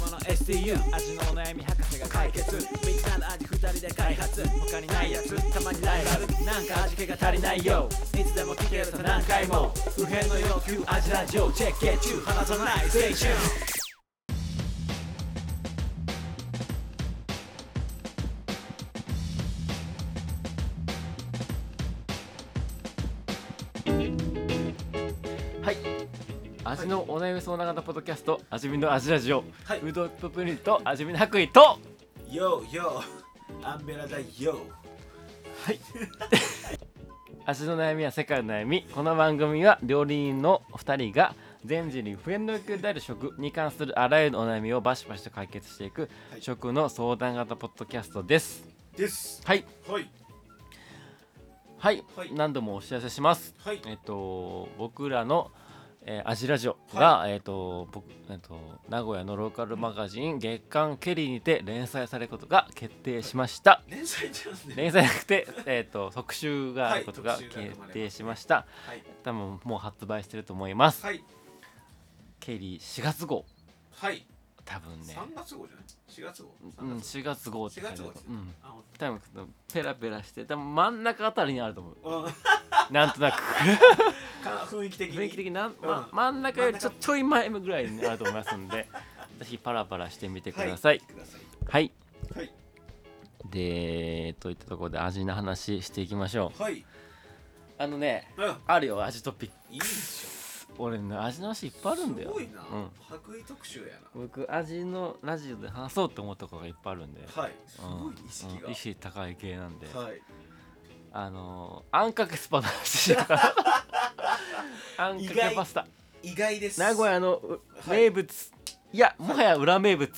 もの STU 味のお悩み博士が解解決決みんなの味二人で開発他にないやつたまにライバルなんか味気が足りないよいつでも聞けると何回も不変の要求味ラジオチェックゲッチュー離さないステーションはい味のお悩み相談型ポッドキャスト味見の味ラジオ、はいうどんとプリンと味見の白衣と Yo yo アンベラだ Yo 味の悩みや世界の悩みこの番組は料理人の2人が全人類不遠慮なくである食に関するあらゆるお悩みをバシバシと解決していく、はい食の相談型ポッドキャストですですはいはいはい、はい何度もお知らせしますはいえっと僕らのえー、アジラジオが、えっと僕えっと名古屋のローカルマガジン月刊ケリーにて連載されることが決定しました、連載じゃんね連載じゃなくて、 えー、と特集があはいることが特集決が組まれます定しました、はい多分もう発売してると思います、はいケリー4月号はい多分ね、 3月号じゃない4月号う3ん、月4月号って4書い月てあ号るですうねんあほんと多分ペラペラして多分真ん中あたりにあると思ううんかなんとなく雰囲気的に雰囲気的になん、まうん真ん中よりちょちょい前ぐらいにあると思いますんでぜひパラパラしてみてくださいくださいはい、はいでといったところで味の話していきましょうはいあのねうんあるよ味トピックいいでし俺ね味の話いっょぱいあるんだよすごいなうん白衣特集や僕味のラジオで話そうと思ったことがいっぱいあるんで、なはいすうんごい意識うん意識高い系なんで、がはいあのーあんかけスパの話と かあんかけパスタ意外です名古屋のうはい名物、い、やもはや裏名物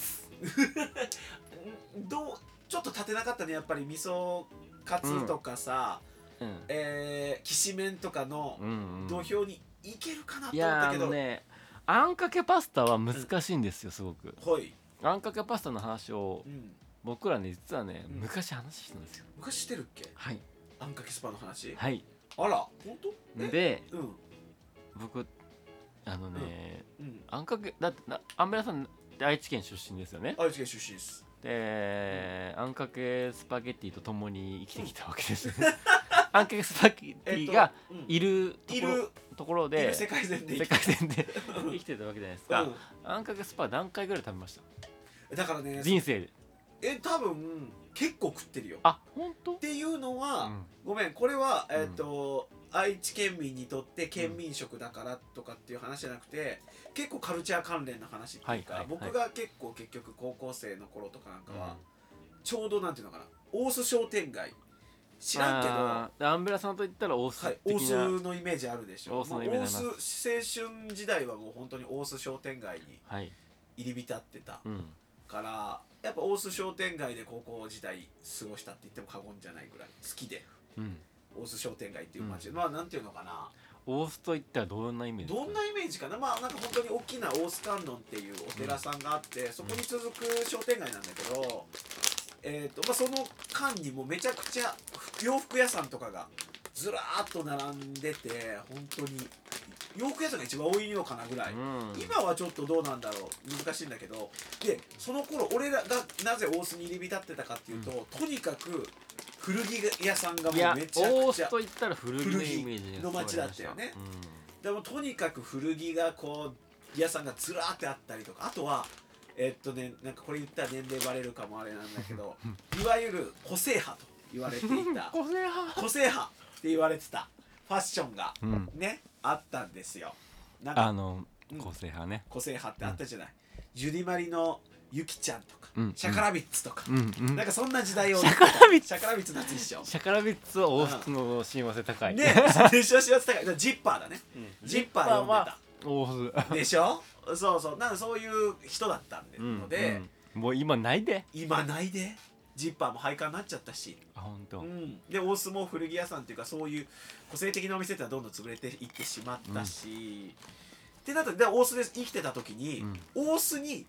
んどうちょっと立てなかったねやっぱり味噌カツとかさ、うん、えー、きしめんとかのうんうん土俵にいけるかなとい思っやたあけど、のねあんかけパスタは難しいんですよすごくはい、あんかけパスタの話をうん、僕らね実はねうん昔話してたんですよ昔してるっけはいあんかけスパの話はいあら本当えでうん僕あのね、うんあんかけだってなアンベラさんって愛知県出身ですよね愛知県出身ですであんかけスパゲッティと共に生きてきたわけです あんかけスパゲッテえっィとがうんいるといころ,、るところいでる世界線で生世きて界線でうん生きてたわけじゃないですか、うんあんかけスパ何回ぐらい食べましだからたね人生でえ多分結構食ってるよっあ本当ていうのうは、んごめんこれはうんえっ、と、愛知県民にとって県民食だからとかっていう話じゃなくて結構カルチャー関連の話っていうか、はいはいはい僕が結構結局高校生の頃とかなんかは、ちょうどなんていうのかな大須商店街知らんけど、はあーアンベラさんと言ったら大須い、大的な、はい須のイメージあるでしょ大須のイメージありますもう大須青春時代はもう本当に大須商店街に入り浸ってたうん、からやっぱ大須商店街で高校時代過ごしたって言っても過言じゃないぐらい好きでうん、大須商店街っていう街、うまあなんていうのかな大須と言ったらどんなイメージですどかんなイメージかなまあなんか本当に大きな大須観音っていうお寺さんがあって、そこに続く商店街なんだけど、えーとまあ、その間にもうめちゃくちゃ洋服屋さんとかがずらーっと並んでて本当に洋服屋さんが一番多いのかなぐらい、うん今はちょっとどうなんだろう難しいんだけどでその頃俺らがなぜ大須に入り浸ってたかっていうと、とにかく古着屋さんがもいやう大めちゃくち須ゃと言ったら古着のイメージが古着の街だったよねうんでもとにかく古着がこう屋さんがずらーってあったりとかあとはえっとねなんかこれ言ったら年齢バレるかもあれなんだけどいわゆる個性派と言われてい た個性派個性派って言われてたファッションがうんねあったんですよなんあかのうん個性派ね個性派ってあったじゃない、ジュディマリのゆきちゃんとか、うんシャカラビッツとか、うんうんなんかそんな時代をシャカラビッツシャカラビッツ夏一緒シャカラビッツは大須の親和性高いね でしょし高いだからジッパーだね、ジッパー読んでた大須でしょそうそうなんかそういう人だったんで、うんので、うんもう今ないで今ないでジッパーも廃刊になっちゃったし、あ本当うん、で大相撲古着屋さんっていうかそういう個性的なお店ってのはどんどん潰れていってしまったし、ってなったらで大須で生きてた時に、うん大須に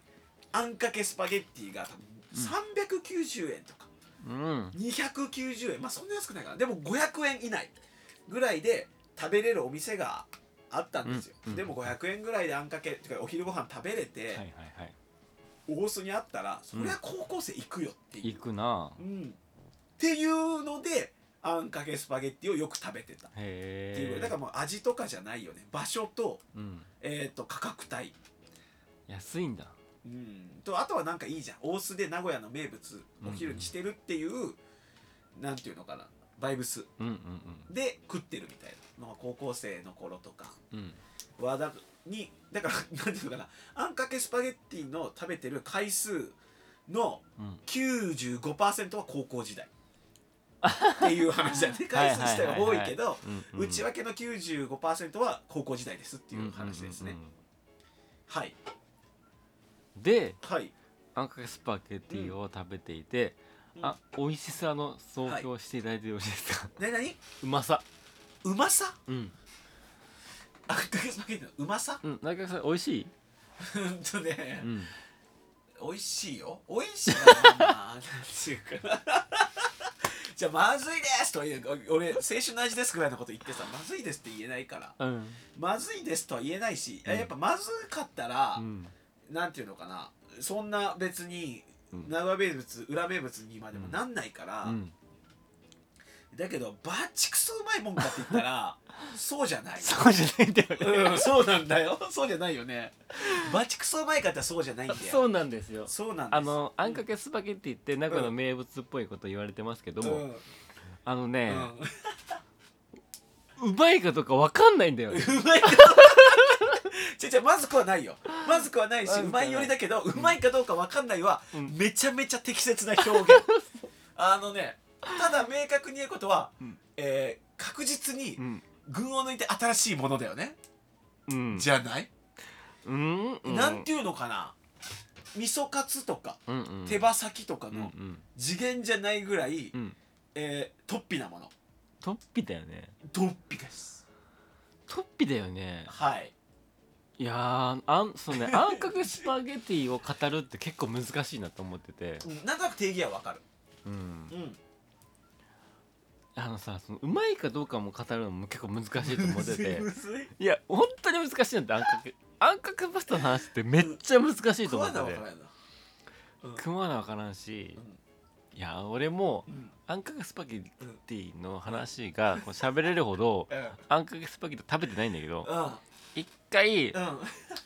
あんかけスパゲッティが多分390円とかうん290円まあそんな安くないかなでも500円以内ぐらいで食べれるお店があったんですよ、うんうんでも500円ぐらいであんかけてかお昼ご飯食べれて、はいはいはい大須にあったらそりゃ高校生行くよっていう行くなうん、っていうのであんかけスパゲッティをよく食べてたっていうへぐらえいだからもう味とかじゃないよね場所と,、うん、えー、と価格帯、安いんだうん、とあとはなんかいいじゃん大須で名古屋の名物お昼にしてるっていう、なんていうのかなバイブスうんうんで食ってるみたいなのが高校生の頃とかうんうん和田にだからなんていうのかなあんかけスパゲッティの食べてる回数のうん95%は高校時代っていう話だね回数自体は多いけどうんうん内訳の95%は高校時代ですっていう話ですね、うんうんうんはいうんではいあんかけスパゲッティを食べていて、うんあ美味しさの総評していただいてよろしいですか、なになにうまさうまさうんあんかけスパゲッティのうまさ うん中川さん美味しい、うんとねう、ん、美味しいよ美味しいななんていうかな じゃあまずいですとは言う俺青春の味ですぐらいのこと言ってさまずいですって言えないからうんまずいですとは言えないし、うんやっぱまずかったら、うんなんていうのかなそんな別にうん名古屋名物裏名物にまでもなんないから、うんだけどバチクソうまいもんかって言った らそうじゃないそうじゃないんだよね、うん、そうなんだよそうじゃないよねバチクソうまいかってそうじゃないんだよそうなんですよそうなんですあのあんかけスパゲッティって名古屋の名物っぽいこと言われてますけどうも、んあのね、うんうまいかどうかわかんないんだよねうまいか違う違うまずくはないよまずくはないしまずくはないまいうよりだけどうまいかどうか分かんないは、うんめちゃめちゃ適切な表現 あのねただ明確に言うことは、うんえー確実にうん群を抜いて新しいものだよね、うんじゃない、うんうんなんていうのかな味噌カツとか、うんうん手羽先とかうんうのん次元じゃないぐらい、うんえー、突飛なものトッピだよね突飛ですトッピだよねはいいやーあんそ うねあんかけスパゲティを語るって結構難しいなと思ってて、うんなんとなく定義は分かるうん、うんあのさそのうまいかどうかも語るのも結構難しいと思って てむずいいや本当に難しいんだってあんかけあんかけパスタの話ってめっちゃ難しいと食思わっな分ててからんなうん組まなわからんし、いや俺もうんあんかけスパゲティの話がこう喋れるほどうんあんかけスパゲティ食べてないんだけどうん一回いうん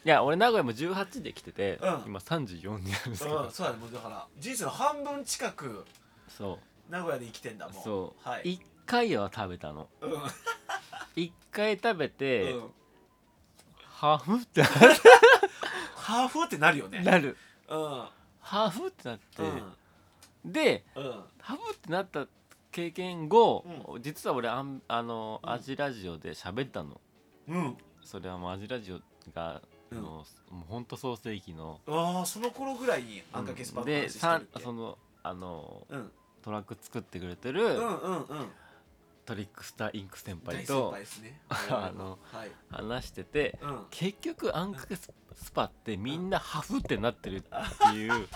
や俺名古屋も18で来ててうん今34になるんですけうんどそうだねもうだから人生の半分近くそ名古屋で生きてんだうもんそうはい一回は食べたのうんうん一回食べてハフってなるハーフってなるよねなるうんハフってなっうてんでうんハフってなった経験後う実は俺あんあのうんアジラジオで喋ったのうんそれはもうアジラジオがあうんのもうほんと創世紀のああその頃ぐらいにあんかけスパので話してるっさけそのあのうんトラック作ってくれてうるんうんうんトリックスターインク先輩大先と輩ですねあのはい話しててうん結局あんかけススパってみんなハフってなってるっていう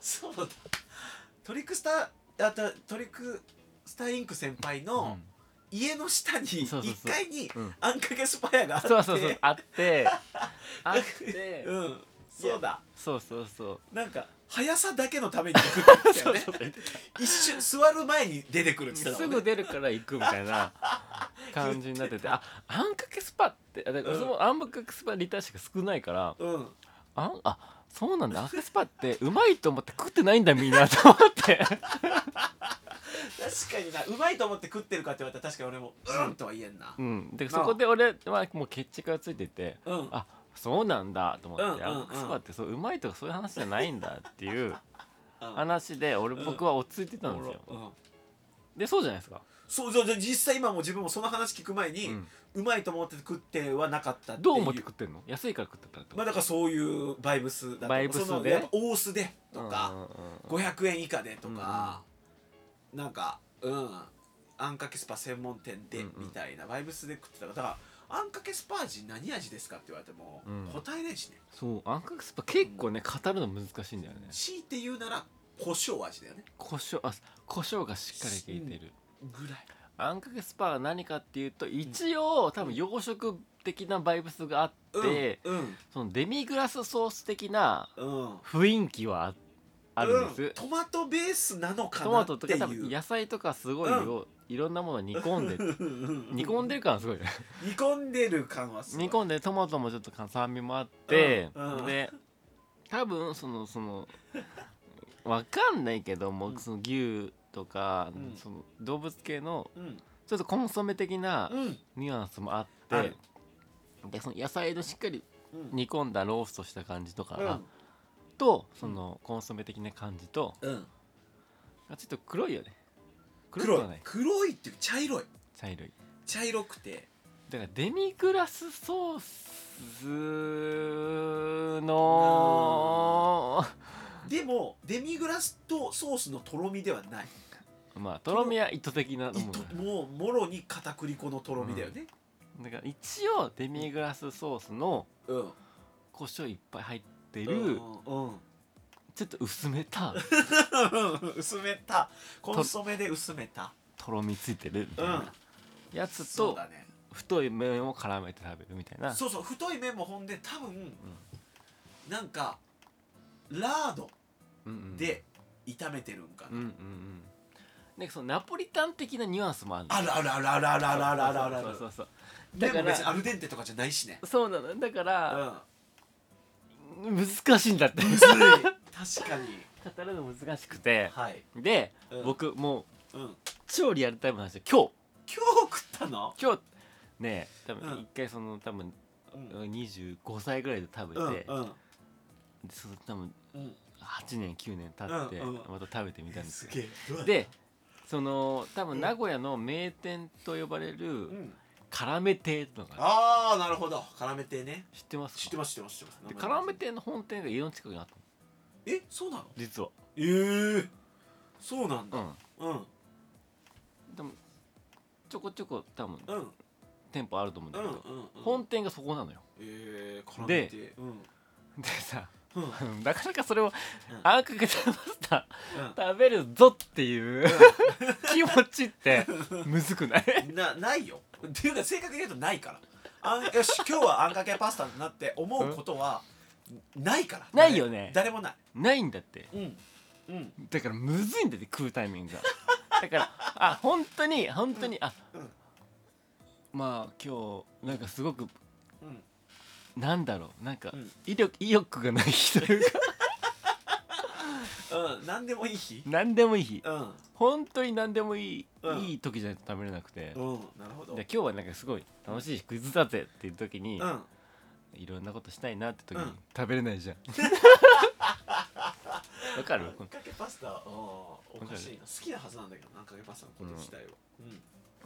そうだトリックスターあたトリックスターインク先輩の家の下にそうそう1そう階にうんあんかけスパ屋があって そうそうそうあってあってうんそうだそうそうそうなんか速さだけのために行くって言 ってたよね一瞬座る前に出てくるって言ってたすもんぐね出るから行くみたいな感じになっててああんかけスパってあだからうんそのあんかけスパリターしか少ないからうんあんあそうな んだあんかけスパってうまいと思って食ってないんだみんなと思って。確かになうまいと思って食ってるかって言われたら確かに俺もうんとは言えんなうん、でなあそこで俺はもう決着がついててうんあそうなんだと思って、うんうんうんあクスパってそううまいとかそういう話じゃないんだって いううん話で俺、うん僕は落ち着いてたおんでもすろよ、うんでそうじゃないですか、そうそうそう実際今もう自分もその話聞く前に、ううんまいと思って食ってはなかったっていうどう思って食ってんの安いから食ってたってまあだからそういうバイブスだとかバイブスでそのやっぱ大須でとか、うんうんうん500円以下でとか、なんかうんあんかけスパ専門店でうんうんみたいなバイブスで食ってたからだかあんかけスパージ何味ですかって言われても、うん答えれんしねそうあんかけスパ結構ね語るの難しいんだよね強いて言うなら胡椒味だよね胡椒あ胡椒がしっかり効いてるぐらいあんかけスパは何かっていうと一応多分洋食的なバイブスがあって、うんそのデミグラスソース的なうん、うん、雰囲気はああるんです、うトマトベースなのかトなマっトとてかいう多分野菜とかすごいよ、いろんなもの煮 込んでうんうんうん煮込んでる感すごいね煮込んでる感はすごい煮込んでトマトもちょっと酸味もあって、うんうんで多分そのそのわかんないけども、うんその牛とか、うんその動物系のうんちょっとコンソメ的なうんニュアンスもあって、あるでその野菜のしっかりうん煮込んだローストした感じとかうがんとそのコンソメ的な感じとうんあちょっと黒いよね黒く黒いはない黒いっていう茶色い茶色い茶色くてだからデミグラスソースのでもデミグラスとソースのとろみではないまあとろみは意図的なもの糸もうもろに片栗粉のとろみだよねだから一応デミグラスソースのうん、胡椒いっぱい入ってうんるうん ちょっと薄めた薄めたコンソメで薄めたとろみついてるみたいうんなやつそうとだね太い麺を絡めて食べるみたいなそうそう太い麺もほんで多分、なんかラードうんうんで炒めてるんかな、うんうんうんなんかそのナポリタン的なニュアンスもあるのあるあるあるあるあるあるあるあるあるそうそうそうでだかもら別にアルデンテとかじゃないしねそうなのだかうんら難しいんだってむずい確かに語るの難しくてはい、でうん僕もううん、今超リアルタイムなんですよ日食ったの、今日今日ね多うん分一回その多分うん25歳ぐらいで食べて、うんでうんその多分うん8年9年経って、うんうんまた食べてみたんですすよげえうわでその多分名古屋の名店と呼ばれうるん、辛め亭とかああなるほど辛め亭ね知ってますか知ってます知ってます知ってますで辛め亭の本店が家の近くにあったのえそうなの実はええそうなんうだんうんでもちょこちょこ多分うんうん店舗あると思うんうだけんど、うん本店がそこなのよええ辛め亭うんでさうんうんあの なかなかそれをあんかけ食べましたう食べるぞっていう気持ちってむずくないんなないよっていうか正確に言うとないからあんよし今日はあんかけパスタだなって思うことはないからないよね誰もなないんだっていうんうんだからむずいんだって食うタイミングがだからあ本当に本当に、あ、うんまあ今日なんかすごくうんなんだろうなんか、うん威力意欲がない日というかうん何でもいい日何でもいい日うん本当に何でもいい、うんいい時じゃないと食べれなくて、うんなるほどで今日はなんかすごい楽しいクイズだぜっていう時に、うんいろんなことしたいなって時に、うん食べ れないじゃんわかるあんかけパスタあーおかしいな好きなはずなんだけどあんかけパスタのこと自体は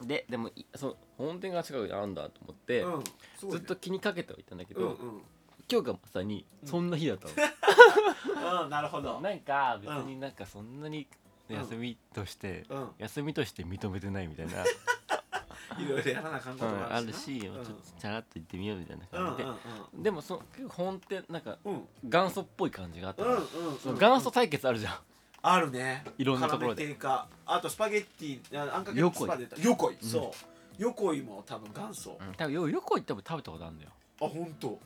ででもいその本店が近くにあるんだと思って、うん、うん、すごいずっねと気にかけてはいたんだけど、うんうん今日がまさにそんな日だったの、うんなるほど なんか別になんかそんなにうん休みとして、うん休みとして認めてないみたいな、いろいろやらなあかんこうとんがああるるしし、ちなうょっんとチャラっと行ってみようみたいなうんうん感じで、でもその結構本店なんかうん元祖っぽい感じがあったうから、んうんそのうん元祖対決あるじゃん、あるねいろんなところで辛め定価あとスパゲッティああんかけ横ス井パで横井うんそう横井も多分元祖あうん多分よ横行っても食べたことあるんだよ本当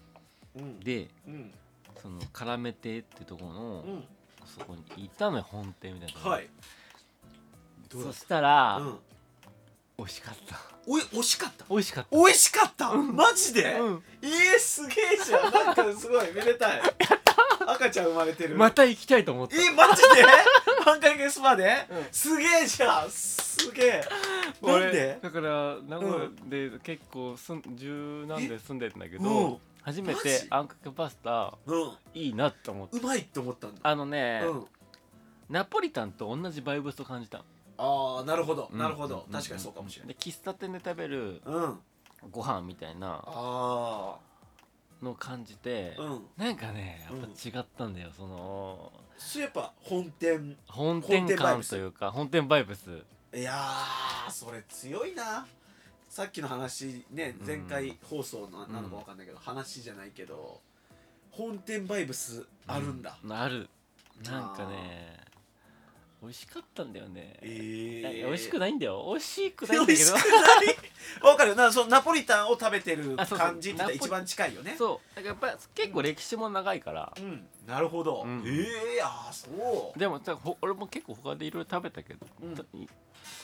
うんでうんその辛め亭ってところの、うんそこに行ったのよ本店みたいな、はいどうだそっしたら、たうん美味しかったおい惜しかった 美味しかった美味しかったマジでうんえーすげえじゃんなんかすごいめでたい赤ちゃん生まれてるまた行きたいと思っえたマジで半回ゲスパで、うんすげえじゃんすげえな俺んでだから名古う屋で結構すん十何年住んでんだけうんど初めマてジあんかけパスタうんいいなって思ったうまいって思ったんだあのね、うんナポリタンと同じバイブスを感じたああなるほどうんなるほど、うん確かにそうかもしれないで喫茶店で食べるうんあご飯みたいなあのを感じて、ーうんなんかねやっぱ違ったんだよ、そのそうやっぱ本店本店店バイブ感スというか本店バイブスいやーそれ強いなさっきの話ねうん前回放送のなのかわかんないけど、話じゃないけど本店バイブスあるんだ、あるなんかね美味しかったんだよね、えいー、や美味しくないないんだよ美味しくないん美だ味けしくどないわかるよなそのナポリタンを食べてるあそうそう感じって言ったら一番近いよね そうだからやっぱ結構歴史も長いからうんなるほど、うんええああそうでもたほ俺も結構他でいろいろ食べたけど、うんたい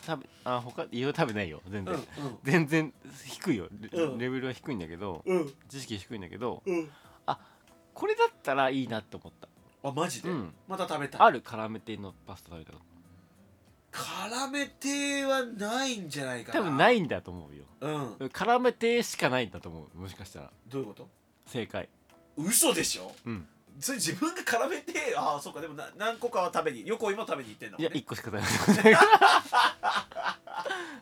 食べあ他いろいろ食べないよ全う然、ん全然低いよレ,、うんベルは低いんだけどうんうん知識低いんだけどうんこれだったらいいなって思ったあマジで、うんまた食べたいある辛め亭のパスタ食べたこ辛め亭はないんじゃないとかな多分ないいんだと思うようん辛め亭しかないんだと思うもしかしたらどういうこと正解嘘でしょうんそれ自分が絡めてああそうかでもな何個かは食べに横井も食べに行ってんだいもんやね1個しか食べない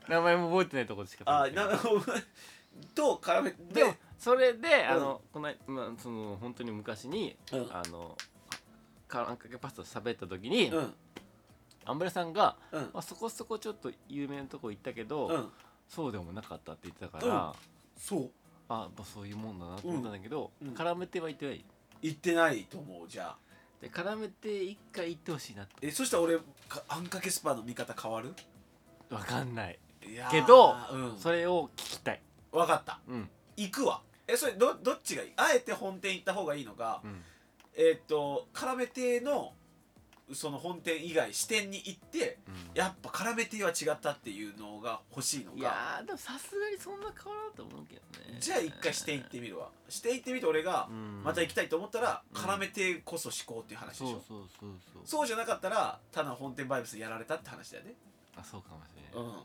名前も覚えてないところしかあ食べなてないるほど と絡めてでもそれであの、このまあ、その本当に昔に、うんあのかあんかけパスタ喋った時に、うんアンブレさんが、うんまあ、そこそこちょっと有名なとこ行ったけど、うんそうでもなかったって言ってたから、うんあそうまあそういうもんだなと思ったんだけど、うんうん絡めては行ってない行ってないと思うじゃあで絡めて一回行ってほしいなってえそしたら俺かあんかけスパの見方変わるわかんない、いやーけどうん、それを聞きたい分かったうん行くわえそれどどっちがいいあえて本店行った方がいいのか、うんえーっと絡め亭のその本店以外支店に行ってうんやっぱ絡め亭は違ったっていうのが欲しいのかいやーでもさすがにそんな変わらんと思うけどねじゃあ一回して行ってみるわして行ってみて俺がうんまた行きたいと思ったらうん絡めてこそ思考っていう話でしょ、そうそうそうそうそうじゃなかったらただ本店バイブスやられたって話だよねあそうかもしれうないん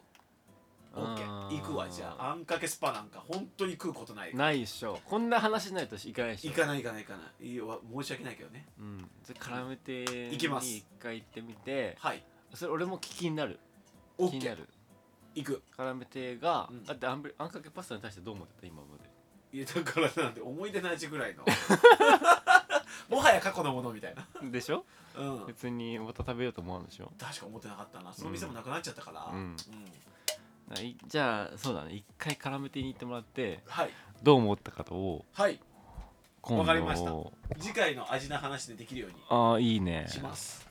OK 行くわじゃああんかけスパなんか本当に食うことないないっしょこんな話にないとしいかないっしょ行かない行かない行かないいやわ申し訳ないけどねうんじゃあ絡めて行きますに一回行ってみてはいそれ俺も聞きになる気にな OK る行く絡めてが、うんだってあんぶあんかけパスタに対してどう思ってた今までいやだからなんて思い出の味ぐら いのもはや過去のものみたいなでしょうん別にまた食べようと思うんでしょ確か思ってなかったなその店もなくなっちゃったからうんうんないじゃあそうだね一回絡めてに行ってもらってはいどう思ったかをはい今度わかりました次回の味の話でできるようにああいいねします。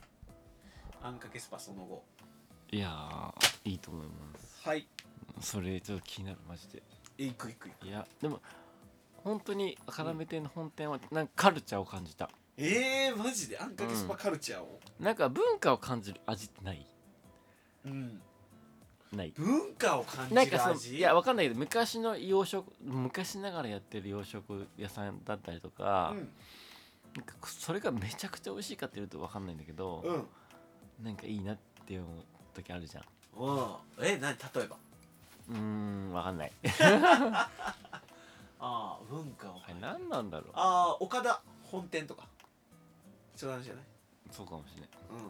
あんかけスパその後。いやーいいと思いますはい。それちょっと気になるマジでいくいくいく。いやでも本当に辛め店の本店はなんかカルチャーを感じたえー、マジであんかけスパカルチャーを。なんか文化を感じる味ってないうん。ない文化を感なんじかるその味。いやわかんないけど昔の洋食昔ながらやってる洋食屋さんだったりとか,、うん。なんかそれがめちゃくちゃ美味しいかっていうとわかんないんだけど、うん。なんかいいなって思う時あるじゃんうん。え、なに例えば。うーんわかんないああ、文化をあれ。何なんだろうああ、岡田本店とか。そういう話じゃない。そうかもしれなう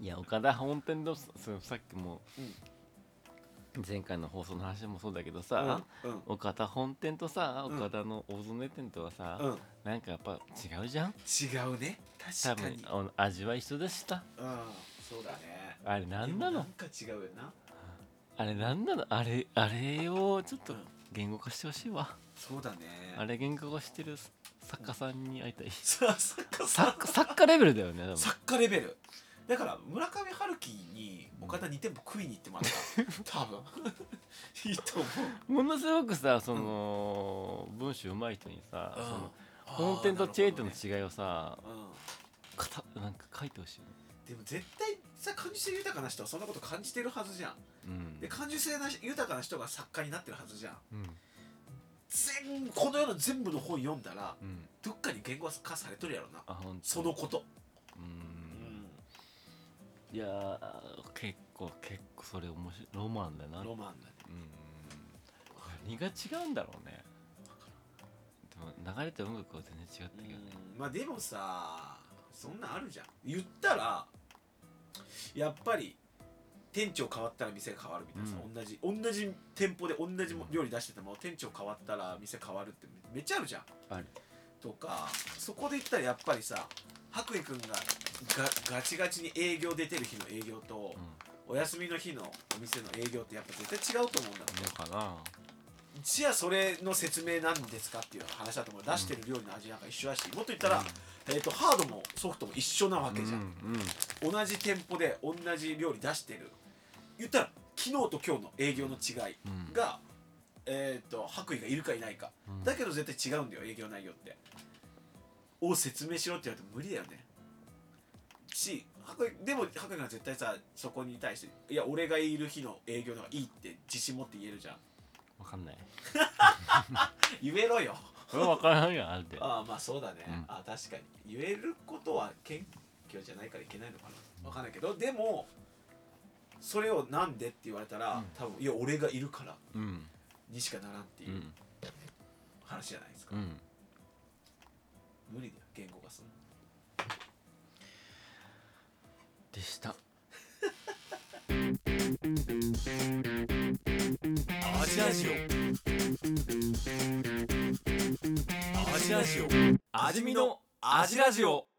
いいや岡田本店のそのさっきも、前回の放送の話もそうだけどさ、ん。うん。岡田本店とさうん岡田の大曽根店とはさ、うん。なんかやっぱ違うじゃん違うね。多確か分に。あの味は一緒でしたうん。そうだね。あれ何でもななのんか違うよな。あれなんなのあれあれをちょっとうん言語化してほしいわ、そうだね。あれ言語化してる作家さんに会いたい、さ、作家さん。作作家レベルだよね多分作家レベルだから村上春樹に岡田2店舗食いに行ってもら った多分 いいと思うものすごくさその、文章うまい人にさ、そのあー本店とチェーン店なるの違いをさ、ほどねかたなんか書いてほしいねうんでも絶対さ感受性豊かな人はそんなこと感じてるはずじゃんうんで感受性な豊かな人が作家になってるはずじゃんうん全この世の全部の本読んだらうんどっかに言語化されとるやろなあほんとそのこと、うん、いやー結構結構それ面白いロマンだなロマンだねうん何が違うんだろうねでも流れてる音楽は全然違ったけどねうんまあでもさそんなんあるじゃん言ったらやっぱり店長変わったら店が変わるみたいなさ、うん同じ同じ店舗で同じも料理出してても店長変わったら店変わるってめめっちゃあるじゃんあるとかそこで言ったらやっぱりさ白衣くんががガチガチに営業出てる日の営業と、うんお休みの日のお店の営業ってやっぱ絶対違うと思うんだかなじゃあそれの説明なんですかっていう話だと思う出してる料理の味なんか一緒だしもっと言ったら、えー、とハードもソフトも一緒なわけじゃん、うんうん同じ店舗で同じ料理出してる言ったら昨日と今日の営業の違いが、えっ、と白衣がいるかいないか、だけど絶対違うんだよ営業内容ってを説明しろって言われても無理だよねし白衣でも白衣が絶対さそこに対していや俺がいる日の営業の方がいいって自信持って言えるじゃんわかん ない言えろよそれわからんやんあれでああまあそうだね、うんああ確かに言えることは謙虚じゃないからいけないのかなわかんないけどでもそれをなんでって言われたら、多分いや俺がいるからうんにしかならんってういうん話じゃないですか、うん無理だよ言語化するのでしたアジラジオアジラジオ味見のアジラジオ